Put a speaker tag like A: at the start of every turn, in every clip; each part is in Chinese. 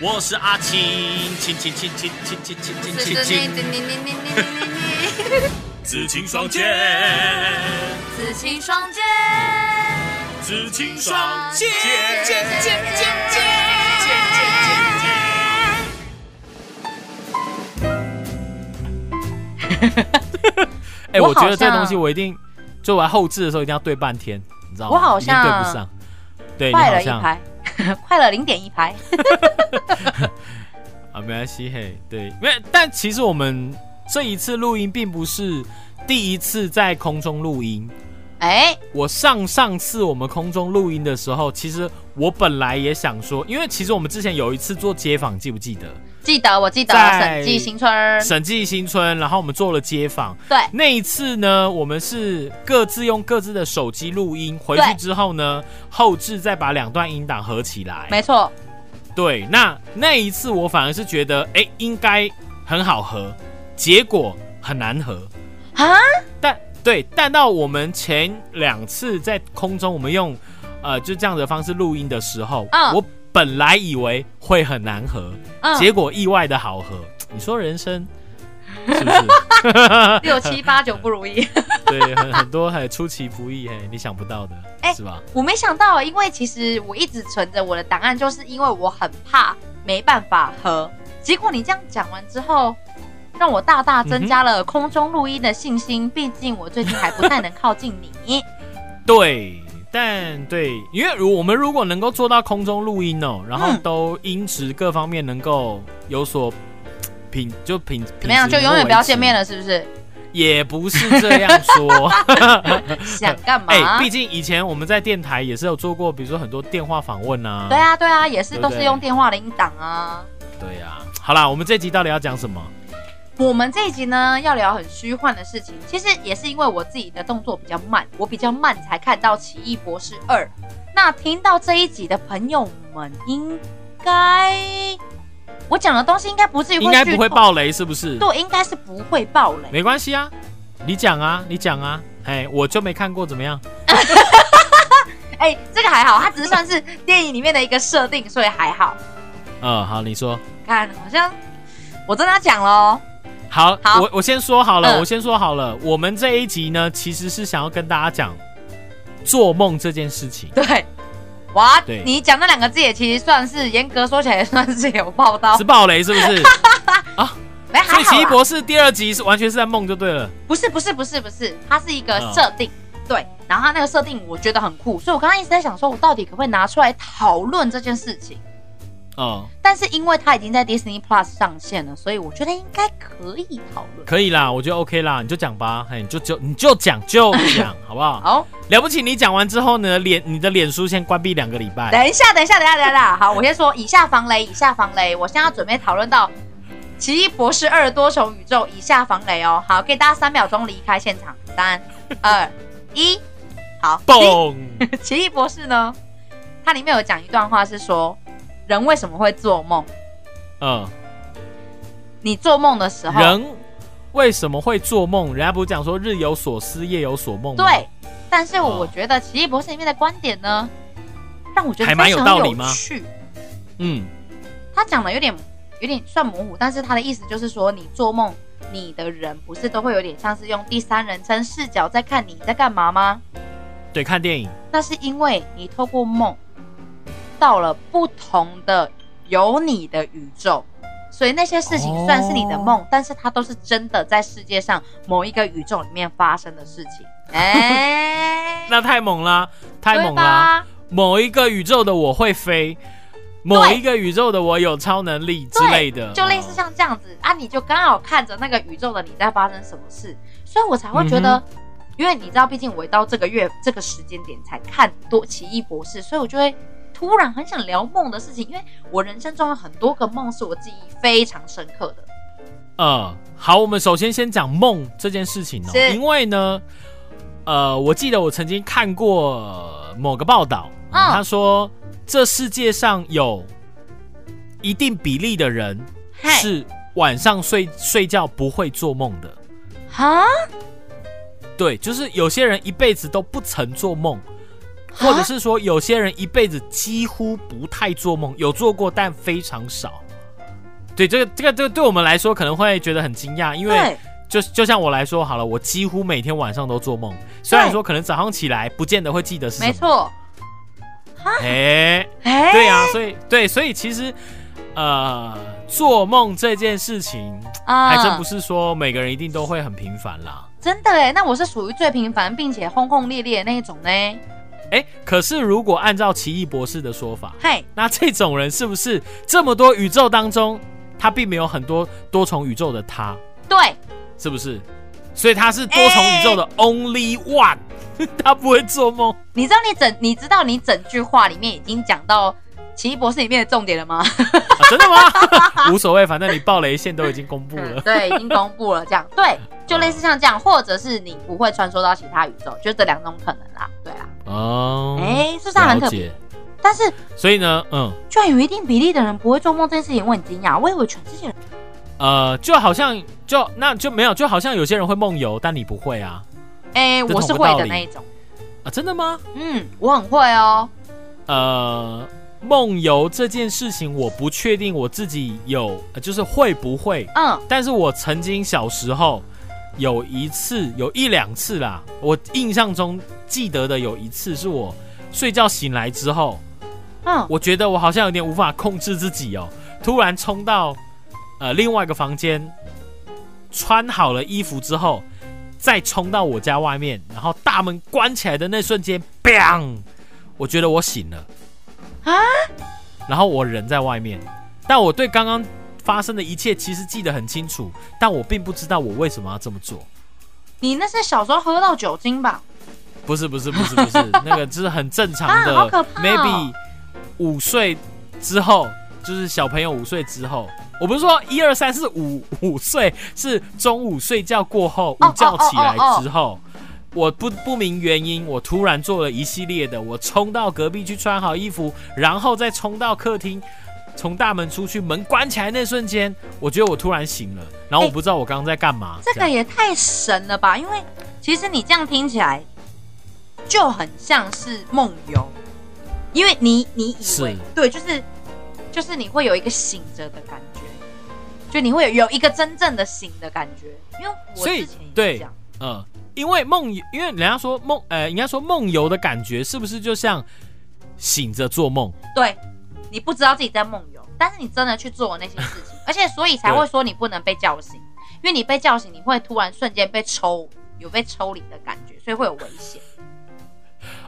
A: 我是阿青，青青青青青青青青青青， 紫青双剑，
B: 紫青双剑，
A: 紫青
B: 双
A: 双
B: 剑
A: 剑，
B: 剑剑剑剑剑
C: 哎，
B: 我
C: 我觉
B: 好
C: 得这个
B: 像
C: 东西我一定，就我要后置的时候一定要对半天，你知道吗？
B: 我好
C: 一定对
B: 像
C: 不上，对，你
B: 快
C: 好
B: 了一
C: 像啊，
B: 拍， 快了零点一拍，
C: 啊没关系，嘿，对，没，但其实我们这一次录音并不是第一次在空中录音。
B: 哎，
C: 我上上次我们空中录音的时候，其实我本来也想说，因为其实我们之前有一次做街访，记不记得？
B: 记得我记得
C: 在
B: 审计新村，
C: 审计新村，然后我们做了街访。
B: 对
C: 那一次呢，我们是各自用各自的手机录音，回去
B: 对
C: 之后呢，后置再把两段音档合起来。
B: 没错，
C: 对，那那一次我反而是觉得，哎，应该很好合，结果很难合。
B: 啊，
C: 但对，但到我们前两次在空中，我们用呃就这样的方式录音的时候，
B: 嗯
C: 我本来以为会很难合，
B: 嗯，
C: 结果意外的好合。你说人生是不是？
B: 六七八九不如意。
C: 对，很很多还出其不意，嘿，你想不到的，
B: 哎
C: 是吧？
B: 我没想到，因为其实我一直存着我的档案，就是因为我很怕没办法合。结果你这样讲完之后，让我大大
C: 嗯
B: 增加了空中录音的信心。毕竟我最近还不太能靠近 你。
C: 对，但对，因为如我们如果能够做到空中录音哦，然后
B: 嗯
C: 都音质各方面能够有所品，就品
B: 怎么样？就永远不要见面
C: 了？
B: 了，是不是？
C: 也不是这样 说。
B: 想干嘛？
C: 哎、毕竟以前我们在电台也是有做过，比如说很多电话访问啊。
B: 对，啊，对啊，也是
C: 对不
B: 都
C: 对
B: 是用电话的音档啊。
C: 对啊。好啦，我们这集到底要讲什么？
B: 我们这一集呢要聊很虚幻的事情，其实也是因为我自己的动作比较慢，我比较慢才看到《奇异博士二》。那听到这一集的朋友们，应该我讲的东西应该不至于
C: 应该不会
B: 剧透，
C: 爆雷，是不是？
B: 对，应该是不会爆雷。
C: 没关系啊，你讲啊，你讲啊。哎、我就没看过，怎么样？
B: 哎、这个还好，它只是算是电影里面的一个设定，所以还好。
C: 嗯，好，你说。
B: 看，好像我真的要讲喽，
C: 好，
B: 好
C: 我我先说好了，
B: 嗯
C: 我先说好了，我们这一集呢，其实是想要跟大家讲做梦这件事情，
B: 对。哇，
C: 对
B: 你讲那两个字也其实算是严格说起来也算是有报道
C: 是，暴雷是不 是？
B: 没还
C: 所以
B: 好
C: 奇异
B: 啦。
C: 博士第二集是完全是在梦就对了。
B: 不是不是不是不是，它是一个
C: 嗯
B: 设定，对。然后它那个设定我觉得很酷，所以我刚刚一直在想说，我到底可不可以拿出来讨论这件事情？嗯
C: 哦、
B: 但是因为它已经在 Disney Plus 上线了，所以我觉得应该可以讨论。
C: 可以啦，我觉得 OK 啦，你就讲吧，哎，你就就你就讲就 讲，好不好？
B: 好，
C: 了不起，你讲完之后呢，脸你的脸书先关闭两个礼拜。
B: 等一下，等一下，等一下，等一下，好，我先说以下防雷，以下防雷，我现在要准备讨论到《奇异博士二：多重宇宙》以下防雷哦。好，给大家三秒钟离开现场，三、二、一，好，停
C: 嘣！
B: 奇异博士呢，它里面有讲一段话是说，人为什么会做梦？
C: 嗯，
B: 你做梦的时候，
C: 人为什么会做梦？人家不是讲说日有所思，夜有所梦吗？
B: 对。但是我
C: 哦
B: 觉得奇异博士里面的观点呢，让我觉得
C: 还蛮
B: 非
C: 有
B: 常
C: 道理吗
B: 趣。
C: 嗯，
B: 他讲的有点有点算模糊，但是他的意思就是说，你做梦，你的人不是都会有点像是用第三人称视角在看你在干嘛吗？
C: 对，看电影，
B: 那是因为你透过梦到了不同的有你的宇宙，所以那些事情
C: 哦
B: 虽然是你的梦，但是它都是真的在世界上某一个宇宙里面发生的事情。哎、
C: 那太猛啦，太
B: 对
C: 猛啊啦！
B: 吧？
C: 某一个宇宙的我会飞，某一个宇宙的我有超能力之类的，
B: 就类似像这样子啊，你就刚好看着那个宇宙的你在发生什么事，所以我才会觉得，
C: 嗯
B: 因为你知道，毕竟我到这个月这个时间点才看多《奇异博士》，所以我就会突然很想聊梦的事情，因为我人生中有很多个梦是我记忆非常深刻的。
C: 呃，好，我们首先先讲梦这件事情哦，
B: 是
C: 因为呢，呃，我记得我曾经看过呃某个报道，
B: 嗯
C: 他说这世界上有一定比例的人
B: 嘿，
C: 是晚上睡睡觉不会做梦的，
B: 哈，
C: 对，就是有些人一辈子都不曾做梦，或者是说有些人一辈子几乎不太做梦，有做过但非常少。对，这个这个这个对我们来说可能会觉得很惊讶，因为
B: 对，
C: 就就像我来说好了，我几乎每天晚上都做梦，虽然说可能早上起来不见得会记得是什
B: 没
C: 么，
B: 错，
C: 哎、
B: 哎，
C: 对啊，所以对，所以其实呃，做梦这件事情
B: 啊
C: 还真不是说每个人一定都会很频繁啦。
B: 真的哎，那我是属于最平凡并且轰轰烈烈的那一种呢。
C: 哎、可是如果按照奇异博士的说法，
B: 嘿，
C: 那这种人是不是这么多宇宙当中，他并没有很多多重宇宙的他，
B: 对，
C: 是不是？所以他是多重宇宙的
B: 哎
C: only one，、他 不会做梦。
B: 你知道你整你知道你整句话里面已经讲到奇异博士里面的重点了吗？。
C: 啊真的吗？ 无所谓，反正你爆雷线都已经公布了
B: 对，已经公布了这样。对，就类似像这样，或者是你不会穿梭到其他宇宙，就这两种可能啦。对啦，
C: 哦，
B: 嗯哎、是不是很
C: 了
B: 可
C: 解。
B: 但是
C: 所以呢，嗯，
B: 居然有一定比例的人不会做梦这件事情，我很惊讶。我以为全世界人
C: 呃，就好像就那就没有，就好像有些人会梦游，但你不会啊
B: 哎、
C: 这
B: 我是
C: 同不
B: 会
C: 道
B: 的
C: 理
B: 那一种。
C: 啊，真的吗？
B: 嗯，我很会哦。
C: 呃，梦游这件事情，我不确定我自己有，呃就是会不会，
B: 嗯，
C: 但是我曾经小时候有一次，有一两次啦，我印象中记得的有一次是我睡觉醒来之后，
B: 嗯，
C: 我觉得我好像有点无法控制自己哦，突然冲到呃另外一个房间，穿好了衣服之后，再冲到我家外面，然后大门关起来的那瞬间，bang，我觉得我醒了
B: 啊，
C: 然后我人在外面，但我对刚刚发生的一切其实记得很清楚，但我并不知道我为什么要这么做。
B: 你那是小时候喝到酒精吧？
C: 不是不是不是不 是，那个就是很正常的、
B: 啊好可怕
C: m a y b
B: 哦
C: e 五岁之后，就是小朋友五岁之后，我不是说一二三四五五岁，是中午睡觉过后，
B: 哦
C: 午觉起来
B: 哦哦哦
C: 之后。我不不明原因，我突然做了一系列的，我冲到隔壁去穿好衣服，然后再冲到客厅，从大门出去，门关起来那瞬间，我觉得我突然醒了，然后我
B: 哎
C: 不知道我刚刚在干嘛。
B: 这个
C: 样
B: 也太神了吧！因为其实你这样听起来就很像是梦游，因为你你以为
C: 是
B: 对，就是就是你会有一个醒着的感觉，就你会有有一个真正的醒的感觉。因为我
C: 所以
B: 之前也是
C: 对
B: 这样，
C: 呃，因为梦游，因为人家说梦，呃，应该说梦游的感觉是不是就像醒着做梦？
B: 对你不知道自己在梦游，但是你真的去做那些 事情，而且所以才会说你不能被叫醒，因为你被叫醒，你会突然瞬间被抽，有被抽离的感觉，所以会有危险。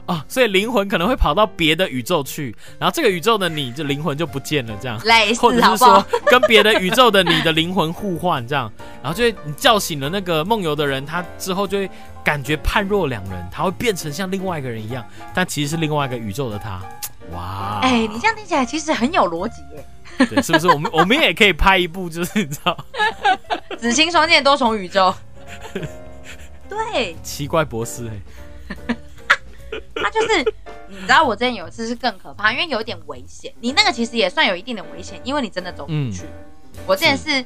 C: 啊，所以灵魂可能会跑到别的宇宙去，然后这个宇宙的你就灵魂就不见了，这样，
B: 类
C: 或者
B: 似好
C: 是
B: 不好
C: 说？跟别的宇宙的你的灵魂互换，这样，然后就会你叫醒了那个梦游的人，他之后就会感觉判若两人，他会变成像另外一个人一样，但其实是另外一个宇宙的 他。哇，
B: 哎、你这样听起来其实很有逻辑耶。
C: 对，是不是？我们我们也可以拍一部，就是你知道
B: 紫星双剑多重宇宙，对，
C: 奇怪博士、哎。
B: 它就是。你知道我之前有一次是更可怕，因为有点危险。你那个其实也算有一定的危险，因为你真的走
C: 嗯
B: 不去。我之前是，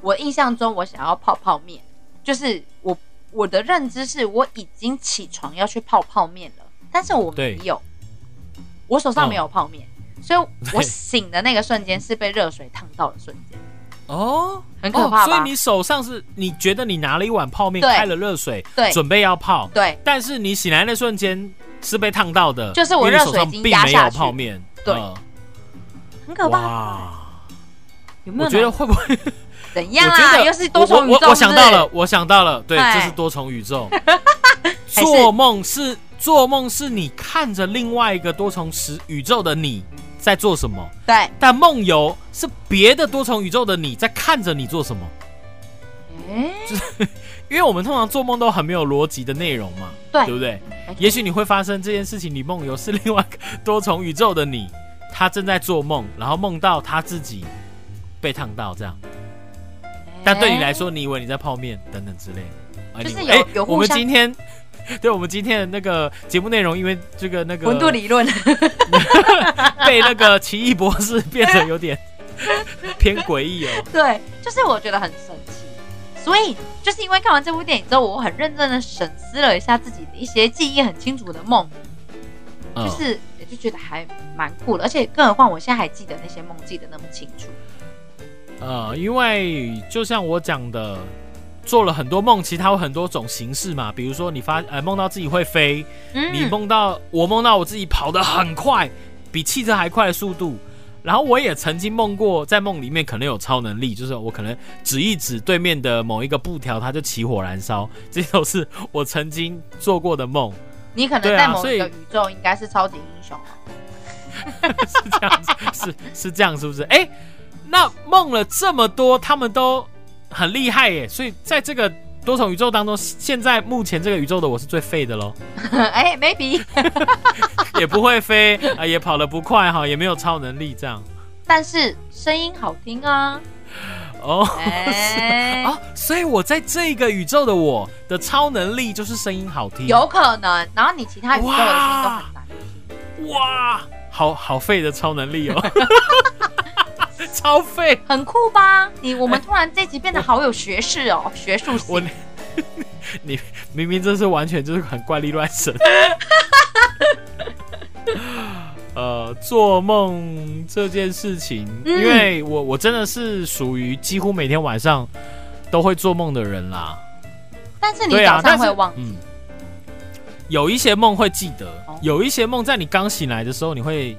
B: 我印象中我想要泡泡面，就是我我的认知是我已经起床要去泡泡面了，但是我没
C: 对
B: 有，我手上
C: 嗯
B: 没有泡面，所以我
C: 对
B: 醒的那个瞬间是被热水烫到的瞬间，
C: 哦，
B: 很可怕
C: 哦。
B: 吧？
C: 所以你手上是你觉得你拿了一碗泡面，
B: 对
C: 开了热水，
B: 对
C: 准备要泡，
B: 对，
C: 但是你醒来那瞬间是被烫到的，
B: 就是我
C: 因为你
B: 热
C: 手
B: 水已
C: 上
B: 经
C: 并
B: 压
C: 没
B: 下
C: 有
B: 去
C: 泡面，
B: 对
C: 呃
B: 很可怕。
C: 哇，
B: 有没
C: 我
B: 有
C: 觉
B: 哪
C: 得会不会？
B: 怎
C: 我
B: 样
C: 觉
B: 啦？
C: 得
B: 又是多重宇
C: 我我
B: 宙
C: 我
B: 是不
C: 想
B: 是
C: 到了，我想到了，对，
B: 哎
C: 这是多重宇 宙。做梦是做梦是你看着另外一个多重时宇宙的你在做什么，
B: 对，
C: 但梦游是别的多重宇宙的你在看着你做什么。
B: 嗯，
C: 因为我们通常做梦都很没有逻辑的内容嘛，
B: 对
C: 不对
B: 没错？
C: 也许你会发生这件事情，你梦游是另外一个多重宇宙的你，他正在做梦，然后梦到他自己被烫到这样，但对你来说，你以为你在泡面等等之类的，
B: 就是
C: Anyway，
B: 有
C: 哎
B: 有互
C: 我们
B: 相
C: 今天。 对我们今天的那个节目内容，因为这个那个
B: 温度理论，
C: 被那个奇异博士变得有点偏诡异哦。
B: 对，就是我觉得很神奇。所以就是因为看完这部电影之后，我很认真的审视了一下自己的一些记忆很清楚的梦，
C: 嗯
B: 就是也就觉得还蛮酷的，而且更何况我现在还记得那些梦记得那么清楚。
C: 呃，因为就像我讲的，做了很多梦，其实它有很多种形式嘛。比如说，你发呃梦到自己会飞，
B: 嗯
C: 你梦到我梦到我自己跑得很快，比汽车还快的速度。然后我也曾经梦过，在梦里面可能有超能力，就是我可能指一指对面的某一个布条，它就起火燃烧。这都是我曾经做过的梦，
B: 你可能
C: 对啊
B: 在某
C: 所以
B: 一个宇宙应该是超级英雄，啊
C: 是这样子，是是这样，是不是？哎，那梦了这么多，他们都很厉害耶。所以在这个多重宇宙当中，现在目前这个宇宙的我是最废的喽。
B: 哎、m a y b e
C: 也不会飞啊、也跑得不快哈，也没有超能力这样
B: 但是声音好 听啊，
C: 哦。
B: 哎、
C: 啊，所以我在这个宇宙的我的超能力就是声音好听，
B: 有可能。然后你其他宇宙的声音都很难，
C: 哇，好好废的超能力哦，超废。
B: 很酷吧？你我们突然这集变得好有学 识哦，学术
C: 哎我
B: 性。
C: 你明明这是完全就是很怪力乱神。呃，做梦这件事情，
B: 嗯
C: 因为我我真的是属于几乎每天晚上都会做梦的人啦。
B: 但是你
C: 对啊
B: 早，
C: 但
B: 上
C: 是
B: 会忘，
C: 嗯，有一些梦会记得
B: 哦，
C: 有一些梦在你刚醒来的时候你会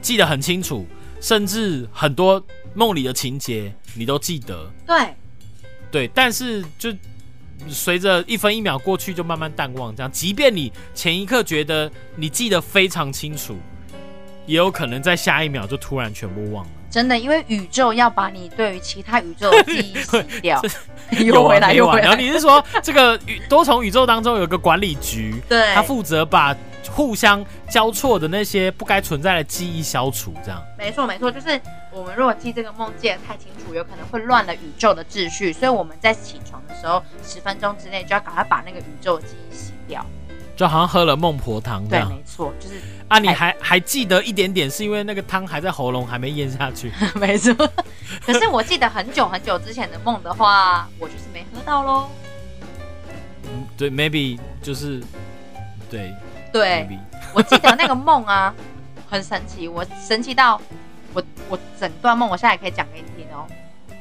C: 记得很清楚，甚至很多梦里的情节你都记得。
B: 对，
C: 对，但是就随着一分一秒过去，就慢慢淡忘。这样，即便你前一刻觉得你记得非常清楚，也有可能在下一秒就突然全部忘了。
B: 真的，因为宇宙要把你对于其他宇宙的记忆洗 掉， 又
C: 有
B: 回
C: 完
B: 来
C: 没
B: 又
C: 完
B: 回
C: 然后
B: 来，
C: 你是说这个宇多重宇宙当中有一个管理局，
B: 对
C: 他，负责把互相交错的那些不该存在的记忆消除，这样。
B: 没错没错，就是我们如果记这个梦记得太清楚，有可能会乱了宇宙的秩序，所以我们在起床的时候，十分钟之内就要赶快把那个宇宙的记忆洗掉。
C: 就好像喝了孟婆汤这
B: 对，哎
C: 样
B: 没错，就是
C: 啊！你还还记得一点点，是因为那个汤还在喉咙还没咽下去。
B: 没错。可是我记得很久很久之前的梦的话，我就是没喝到喽。
C: 嗯对，maybe 就是对
B: 对，
C: ，maybe
B: 我记得那个梦啊， 很神奇，我神奇到我我整段梦，我现在也可以讲给你听哦。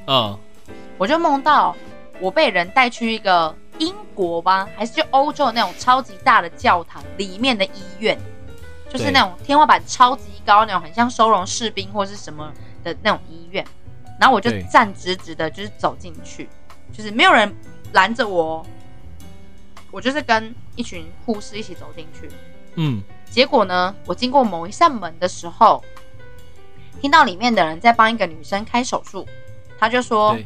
C: 嗯，
B: 我就梦到我被人带去一个英国吧，还是就欧洲的那种超级大的教堂里面的医院，就是
C: 对
B: 那种天花板超级高那种，很像收容士兵或是什么的那种医院。然后我就
C: 对
B: 站直直的，就是走进去，就是没有人拦着我哦，我就是跟一群护士一起走进去。
C: 嗯，
B: 结果呢，我经过某一扇门的时候，听到里面的人在帮一个女生开手术，他就说
C: 对，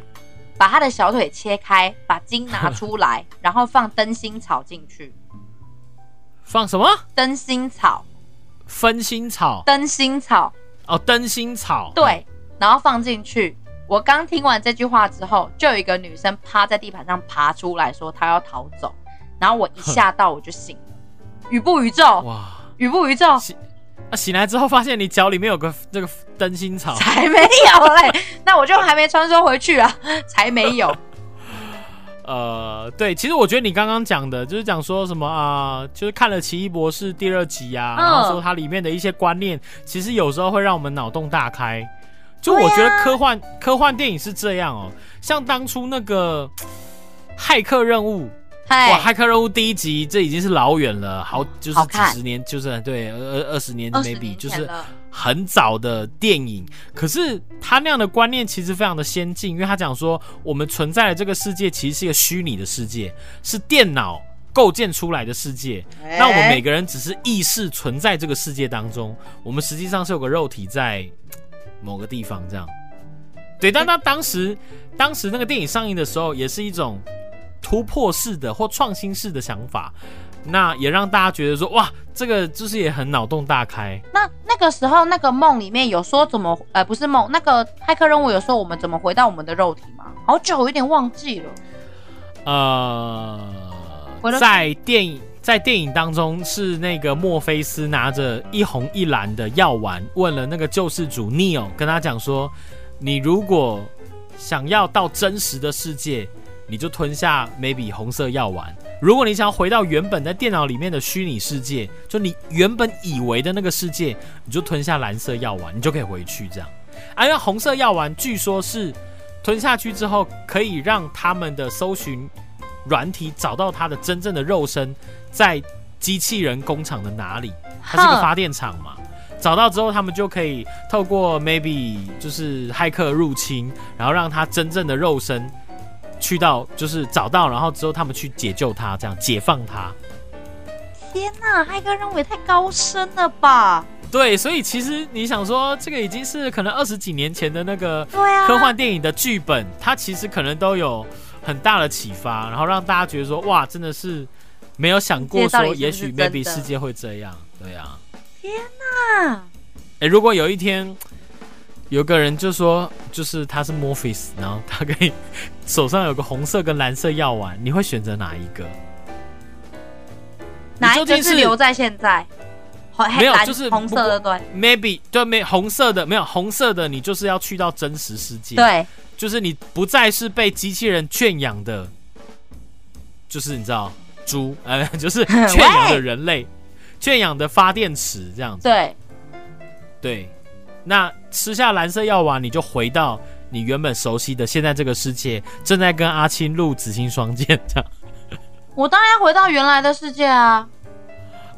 B: 把她的小腿切开，把筋拿 出来，然后放灯芯草进去。
C: 放什么
B: 灯芯草，
C: 分心草
B: 灯芯草，
C: 哦，灯芯草，
B: 对，然后放进去。我刚听完这句话之后，就有一个女生趴在地板上爬出来说她要逃走，然后我一吓到我就醒了，宇不宇宙？
C: 哇，
B: 宇不 宇宙？
C: 啊，醒来之后发现你脚里面有个 这个灯芯草，
B: 才没有嘞！那我就还没穿梭回去啊，才没有。
C: 呃，对，其实我觉得你刚刚讲的，就是讲说什么啊、就是看了《奇异博士》第二集呀、
B: 嗯
C: 然后说它里面的一些观念，其实有时候会让我们脑洞大开。就我觉
B: 对
C: 得
B: 啊
C: 科幻、科幻电影是这样哦，像当初那个《骇客任务》，哇，《
B: 嗨，
C: 骇客任务》第一集这已经是老远了，好就是
B: 哎好
C: 几
B: 看
C: 十年，就是对二二二十年
B: 二十
C: maybe
B: 年
C: 就是
B: 前了，
C: 很早的电影，可是他那样的观念其实非常的先进，因为他讲说我们存在的这个世界其实是一个虚拟的世界，是电脑构建出来的世界。那我们每个人只是意识存在这个世界当中，我们实际上是有个肉体在某个地方这样。对，但他当时当时那个电影上映的时候，也是一种突破式的或创新式的想法，那也让大家觉得说哇，这个就是也很脑洞大开。
B: 那那个时候那个梦里面有说怎么呃不是梦，那个骇客任务有说我们怎么回到我们的肉体吗？好久有点忘记了。
C: 呃
B: 我，的
C: 在电影在电影当中是那个墨菲斯拿着一红一蓝的药丸，问了那个救世主 Neo，跟他讲说，你如果想要到真实的世界，你就吞下 maybe 红色药丸；如果你想要回到原本在电脑里面的虚拟世界，就你原本以为的那个世界，你就吞下蓝色药丸，你就可以回去这样。啊，因为红色药丸据说是吞下去之后，可以让他们的搜寻软体找到它的真正的肉身在机器人工厂的哪里。它是个发电厂嘛，找到之后他们就可以透过 maybe 就是骇客入侵，然后让它真正的肉身去到就是找到，然后之后他们去解救它，这样解放它。
B: 天哪，骇客任务也太高深了吧？
C: 对，所以其实你想说，这个已经是可能二十几年前的那个
B: 对啊，
C: 科幻电影的剧本，它其实可能都有很大的启发，然后让大家觉得说，哇，真的是没有想过
B: 世界到
C: 说，
B: 底是不是
C: 也许
B: 真的
C: maybe 世界会这样，对啊。
B: 啊
C: 哎、如果有一天有个人就说，就是他是 Morpheus，然后他可以手上有个红色跟蓝色药丸，你会选择哪一个？
B: 哪
C: 究
B: 一个
C: 竟
B: 是
C: 是
B: 留在现在？红黑
C: 没有
B: 蓝
C: 就是
B: 红色的，对
C: Maybe 对没红色的没有红色的，你就是要去到真实世界，，
B: 对，
C: 就是你不再是被机器人圈养的，就是你知道猪， 呃，就是圈养的人类，圈养的发电池这样子。
B: 对，
C: 对，那吃下蓝色药丸，你就回到你原本熟悉的现在这个世界，正在跟阿青录《紫星双剑》这样。
B: 我当然要回到原来的世界啊。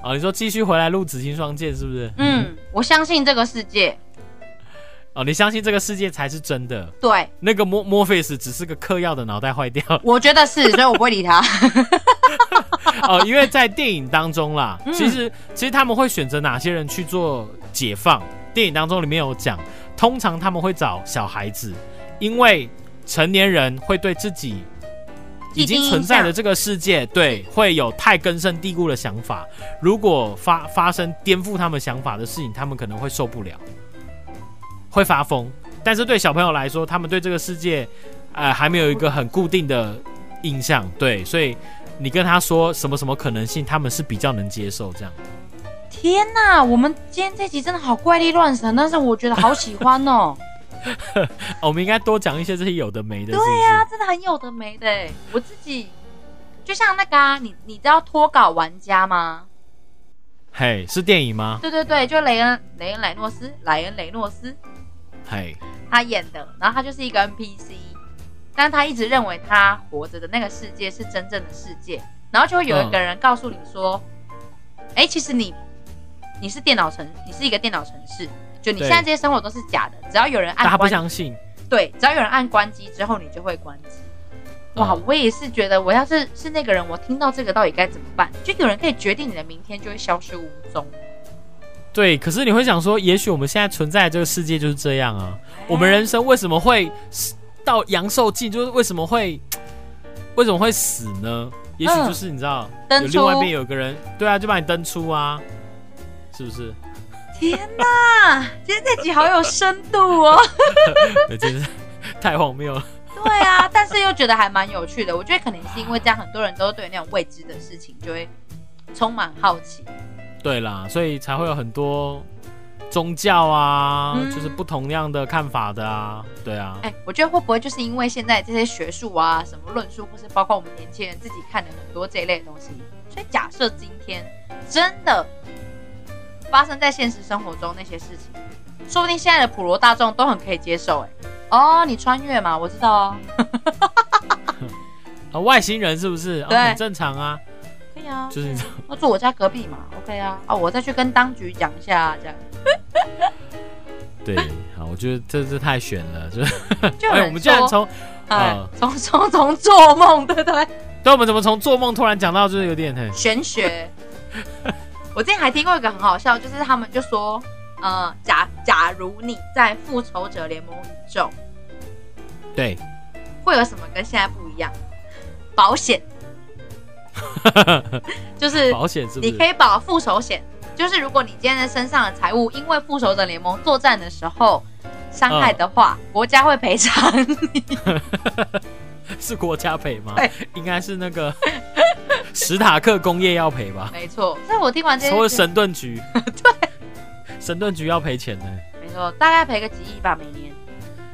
C: 哦，你说继续回来录《紫星双剑》是不是？
B: 嗯，我相信这个世界。
C: 哦，你相信这个世界才是真的，
B: 对，
C: 那个莫莫菲斯只是个嗑药的脑袋坏掉
B: 我觉得是，所以我不会理他。
C: 哦，因为在电影当中啦，
B: 嗯
C: 其实其实他们会选择哪些人去做解放？电影当中里面有讲，通常他们会找小孩子，因为成年人会对自己已经存在的这个世界，对，会有太根深蒂固的想法。如果发发生颠覆他们想法的事情，他们可能会受不了，会发疯。但是对小朋友来说，他们对这个世界，呃，还没有一个很固定的印象，对，所以你跟他说什么什么可能性，他们是比较能接受这样。
B: 天哪，我们今天这集真的好怪力乱神，但是我觉得好喜 欢
C: 哦，
B: 哦。
C: 我们应该多讲一些这些有的没的，是
B: 对
C: 不
B: 啊，
C: 是？
B: 真的很有的没的欸。我自己就像那个啊，你你知道脱稿玩家吗？
C: 嘿，是电影吗？
B: 对对对，就雷恩雷恩雷诺斯莱恩雷诺斯
C: 嘿，
B: 他演的，然后他就是一个 NPC，但他一直认为他活着的那个世界是真正的世界，然后就会有一个人告诉你说，
C: 嗯
B: 哎、其实你你是电脑城，你是一个电脑城市，就你
C: 对
B: 现在这些生活都是假的，只要有人
C: 大
B: 按
C: 家不
B: 关
C: 相信。
B: 对，只要有人按关机之后，你就会关机。哇，
C: 嗯
B: 我也是觉得，我要是是那个人，我听到这个到底该怎么办？就有人可以决定你的明天就会消失无踪。
C: 对，可是你会想说，也许我们现在存在的这个世界就是这样啊。我们人生为什么会到阳寿尽？就是为什么会为什么会死呢？也许
B: 嗯
C: 就是你知道，
B: 登
C: 有
B: 出
C: 另外一边有个人，对啊，就把你登出啊，是不 是？
B: 哎天哪， 今天这集好有深度 哦！
C: 对真是太荒谬了。
B: 对啊，但是又觉得还蛮有趣的。我觉得可能是因为这样，很多人都对那种未知的事情就会充满好奇。
C: 对啦，所以才会有很多宗教啊，
B: 嗯
C: 就是不同样的看法的啊，对啊。
B: 哎，我觉得会不会就是因为现在这些学术啊、什么论述，或是包括我们年轻人自己看的很多这一类的东西，所以假设今天真的发生在现实生活中那些事情，说不定现在的普罗大众都很可以接受、哎，哦，你穿越嘛，我知道哦，
C: 啊，外星人是不是？啊
B: 对
C: 很正常啊，
B: 可以啊，
C: 就是你知道
B: 那住我家隔壁嘛，OK 啊，哦，我再去跟当局讲一下、啊， 这样
C: 对。好，我觉得这这太悬了，就是
B: 就有
C: 哎，
B: 人
C: 我们居然
B: 说
C: 从
B: 哎
C: 呃，
B: 从从从做梦，对不对？
C: 对，我们怎么从做梦突然讲到就是有点很
B: 玄学。 我之前还听过一个很好笑，就是他们就说，呃，假假如你在复仇者联盟宇宙
C: 对，
B: 会有什么跟现在不一样？保险，就是
C: 保险哎是不
B: 你可
C: 是？
B: 以保复仇险，就是如果你今天的身上的财物因为复仇者联盟作战的时候伤害的话，
C: 嗯
B: 国家会 赔偿。
C: 是国家赔吗
B: 对？
C: 应该是那个 史塔克工业要赔吧，
B: 没错，所以我听完这
C: 或者
B: 些，
C: 神盾 局，对，神盾局要赔钱呢。
B: 没错，大概赔个几亿吧，每年。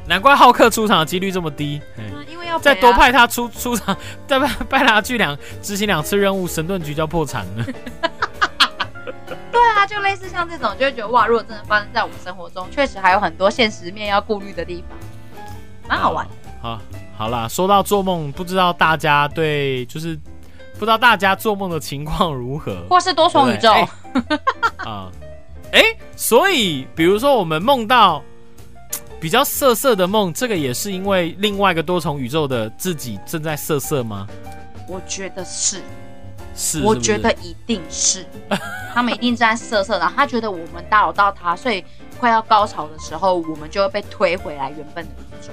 C: 难怪浩克出场的几率这么低，嘿
B: 嗯，因为要
C: 哎再
B: 赔啊
C: 多派他出出场，再派派他去两执行两次任务，神盾局就要破产了。
B: 对啊，就类似像这种，就会觉得哇，如果真的发生在我们生活中，确实还有很多现实面要顾虑的地方， 蛮好玩的。
C: 好，好啦，说到做梦，不知道大家对就是不知道大家做梦的情况如何
B: 或是多重宇宙，
C: 对 啊？哎、所以比如说我们梦到比较色色的梦，这个也是因为另外一个多重宇宙的自己正在色色吗？
B: 我觉得是，
C: 是，
B: 我
C: 是不
B: 觉
C: 是
B: 得一定 是，他们一定正在瑟瑟，然后他觉得我们打扰到他，所以快要高潮的时候，我们就会被推回来原本的宇 宙。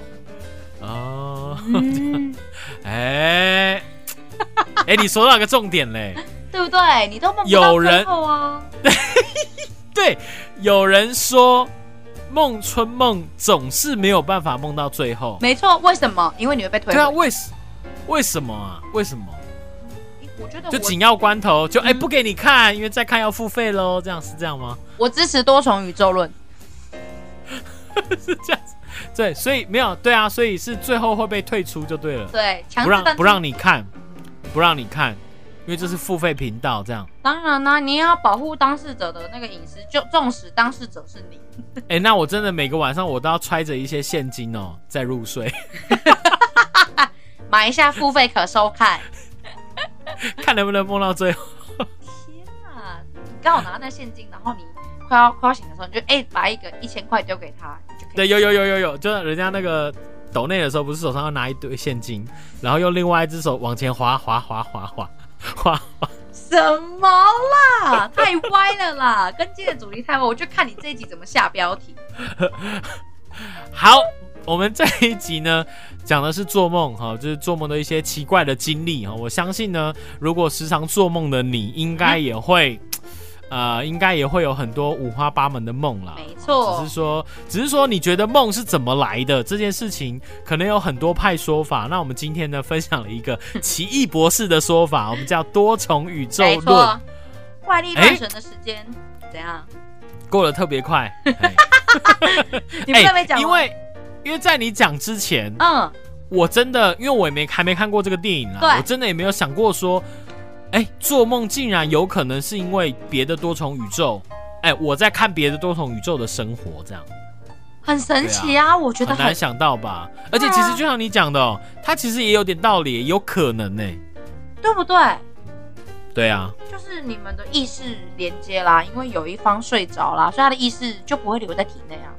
C: 哦，
B: 嗯，
C: 哎、哎、你说到一个重点嘞。
B: 对不对？你都梦不到
C: 有人
B: 最后啊，
C: 对，有人说梦春梦总是没有办法梦到最后。
B: 没错。为什么？因为你会被
C: 对
B: 推回
C: 啊，
B: 来。
C: 为什为什么啊？为什么？
B: 我觉得
C: 就
B: 我
C: 紧要关头就哎、
B: 嗯
C: 不给你看，因为再看要付费喽，这样是这样吗？
B: 我支持多重宇宙论。
C: 是这样子。对，所以没有对啊，所以是最后会被退出就对了，
B: 对，强
C: 不
B: 制
C: 让
B: 登
C: 不让你看，不让你看，因为这是付费频道这样。
B: 当然啦、你也要保护当事者的那个隐私，就纵使当事者是你，
C: 哎、那我真的每个晚上我都要揣着一些现金哦，在入睡，
B: 买一下付费可收 看。
C: 看能不能梦到最后。
B: 天啊！你刚好拿那现金，然后你快要快要醒的时候，你就哎、把一个一千块丢给他，你就可以
C: 对，有有有有有，就是人家那个抖内的时候，不是手上要拿一堆现金，然后用另外一只手往前滑滑滑滑滑滑，
B: 什么啦？太歪了啦， 跟今天的主题太歪，我就看你这一集怎么下标题。
C: 好，我们这一集呢讲的是做梦哈、就是做梦的一些奇怪的经历哈、我相信呢，如果时常做梦的你，应该也会，呃，应该也会有很多五花八门的梦啦。
B: 没错
C: 啊只是说，只是说你觉得梦是怎么来的这件事情，可能有很多派说法。那我们今天呢，分享了一个奇异博士的说法，我们叫多重宇宙
B: 没
C: 论
B: 错。，怪力乱神的时间、怎样？
C: 过得特别 快。哎
B: 你们
C: 哎
B: 还没讲完、
C: 因为因为在你讲之前，
B: 嗯，
C: 我真的因为我也没还没看过这个电影
B: 对
C: 啦，我真的也没有想过说，哎，做梦竟然有可能是因为别的多重宇宙，哎，我在看别的多重宇宙的生活这样。
B: 很神奇啊，我觉得
C: 很
B: 很啊
C: 难想到吧？而且其实就像你讲的、哦，它其实也有点道理，有可能呢、
B: 对不对？
C: 对啊，
B: 就是你们的意识连接啦，因为有一方睡着啦，所以他的意识就不会留在体内啊，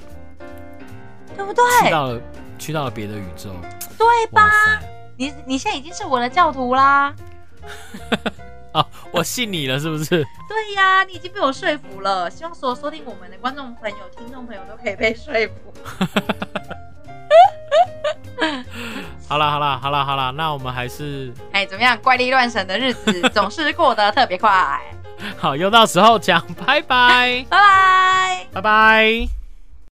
B: 对不对？
C: 去到了去到了别的宇宙，
B: 对
C: 哇
B: 吧？
C: 塞！
B: 你你现在已经是我的教徒啦，
C: 啊，我信你了，是不是？
B: 对呀，你已经被我说服了。希望所有收听我们的观众朋友、听众朋友都可以被说服。
C: 好啦，好啦，好啦，好啦，那我们还是
B: 哎，怎么样？怪力乱神的日子总是过得特别快。
C: 好，又到时候讲，拜拜，
B: 拜拜。
C: 拜拜。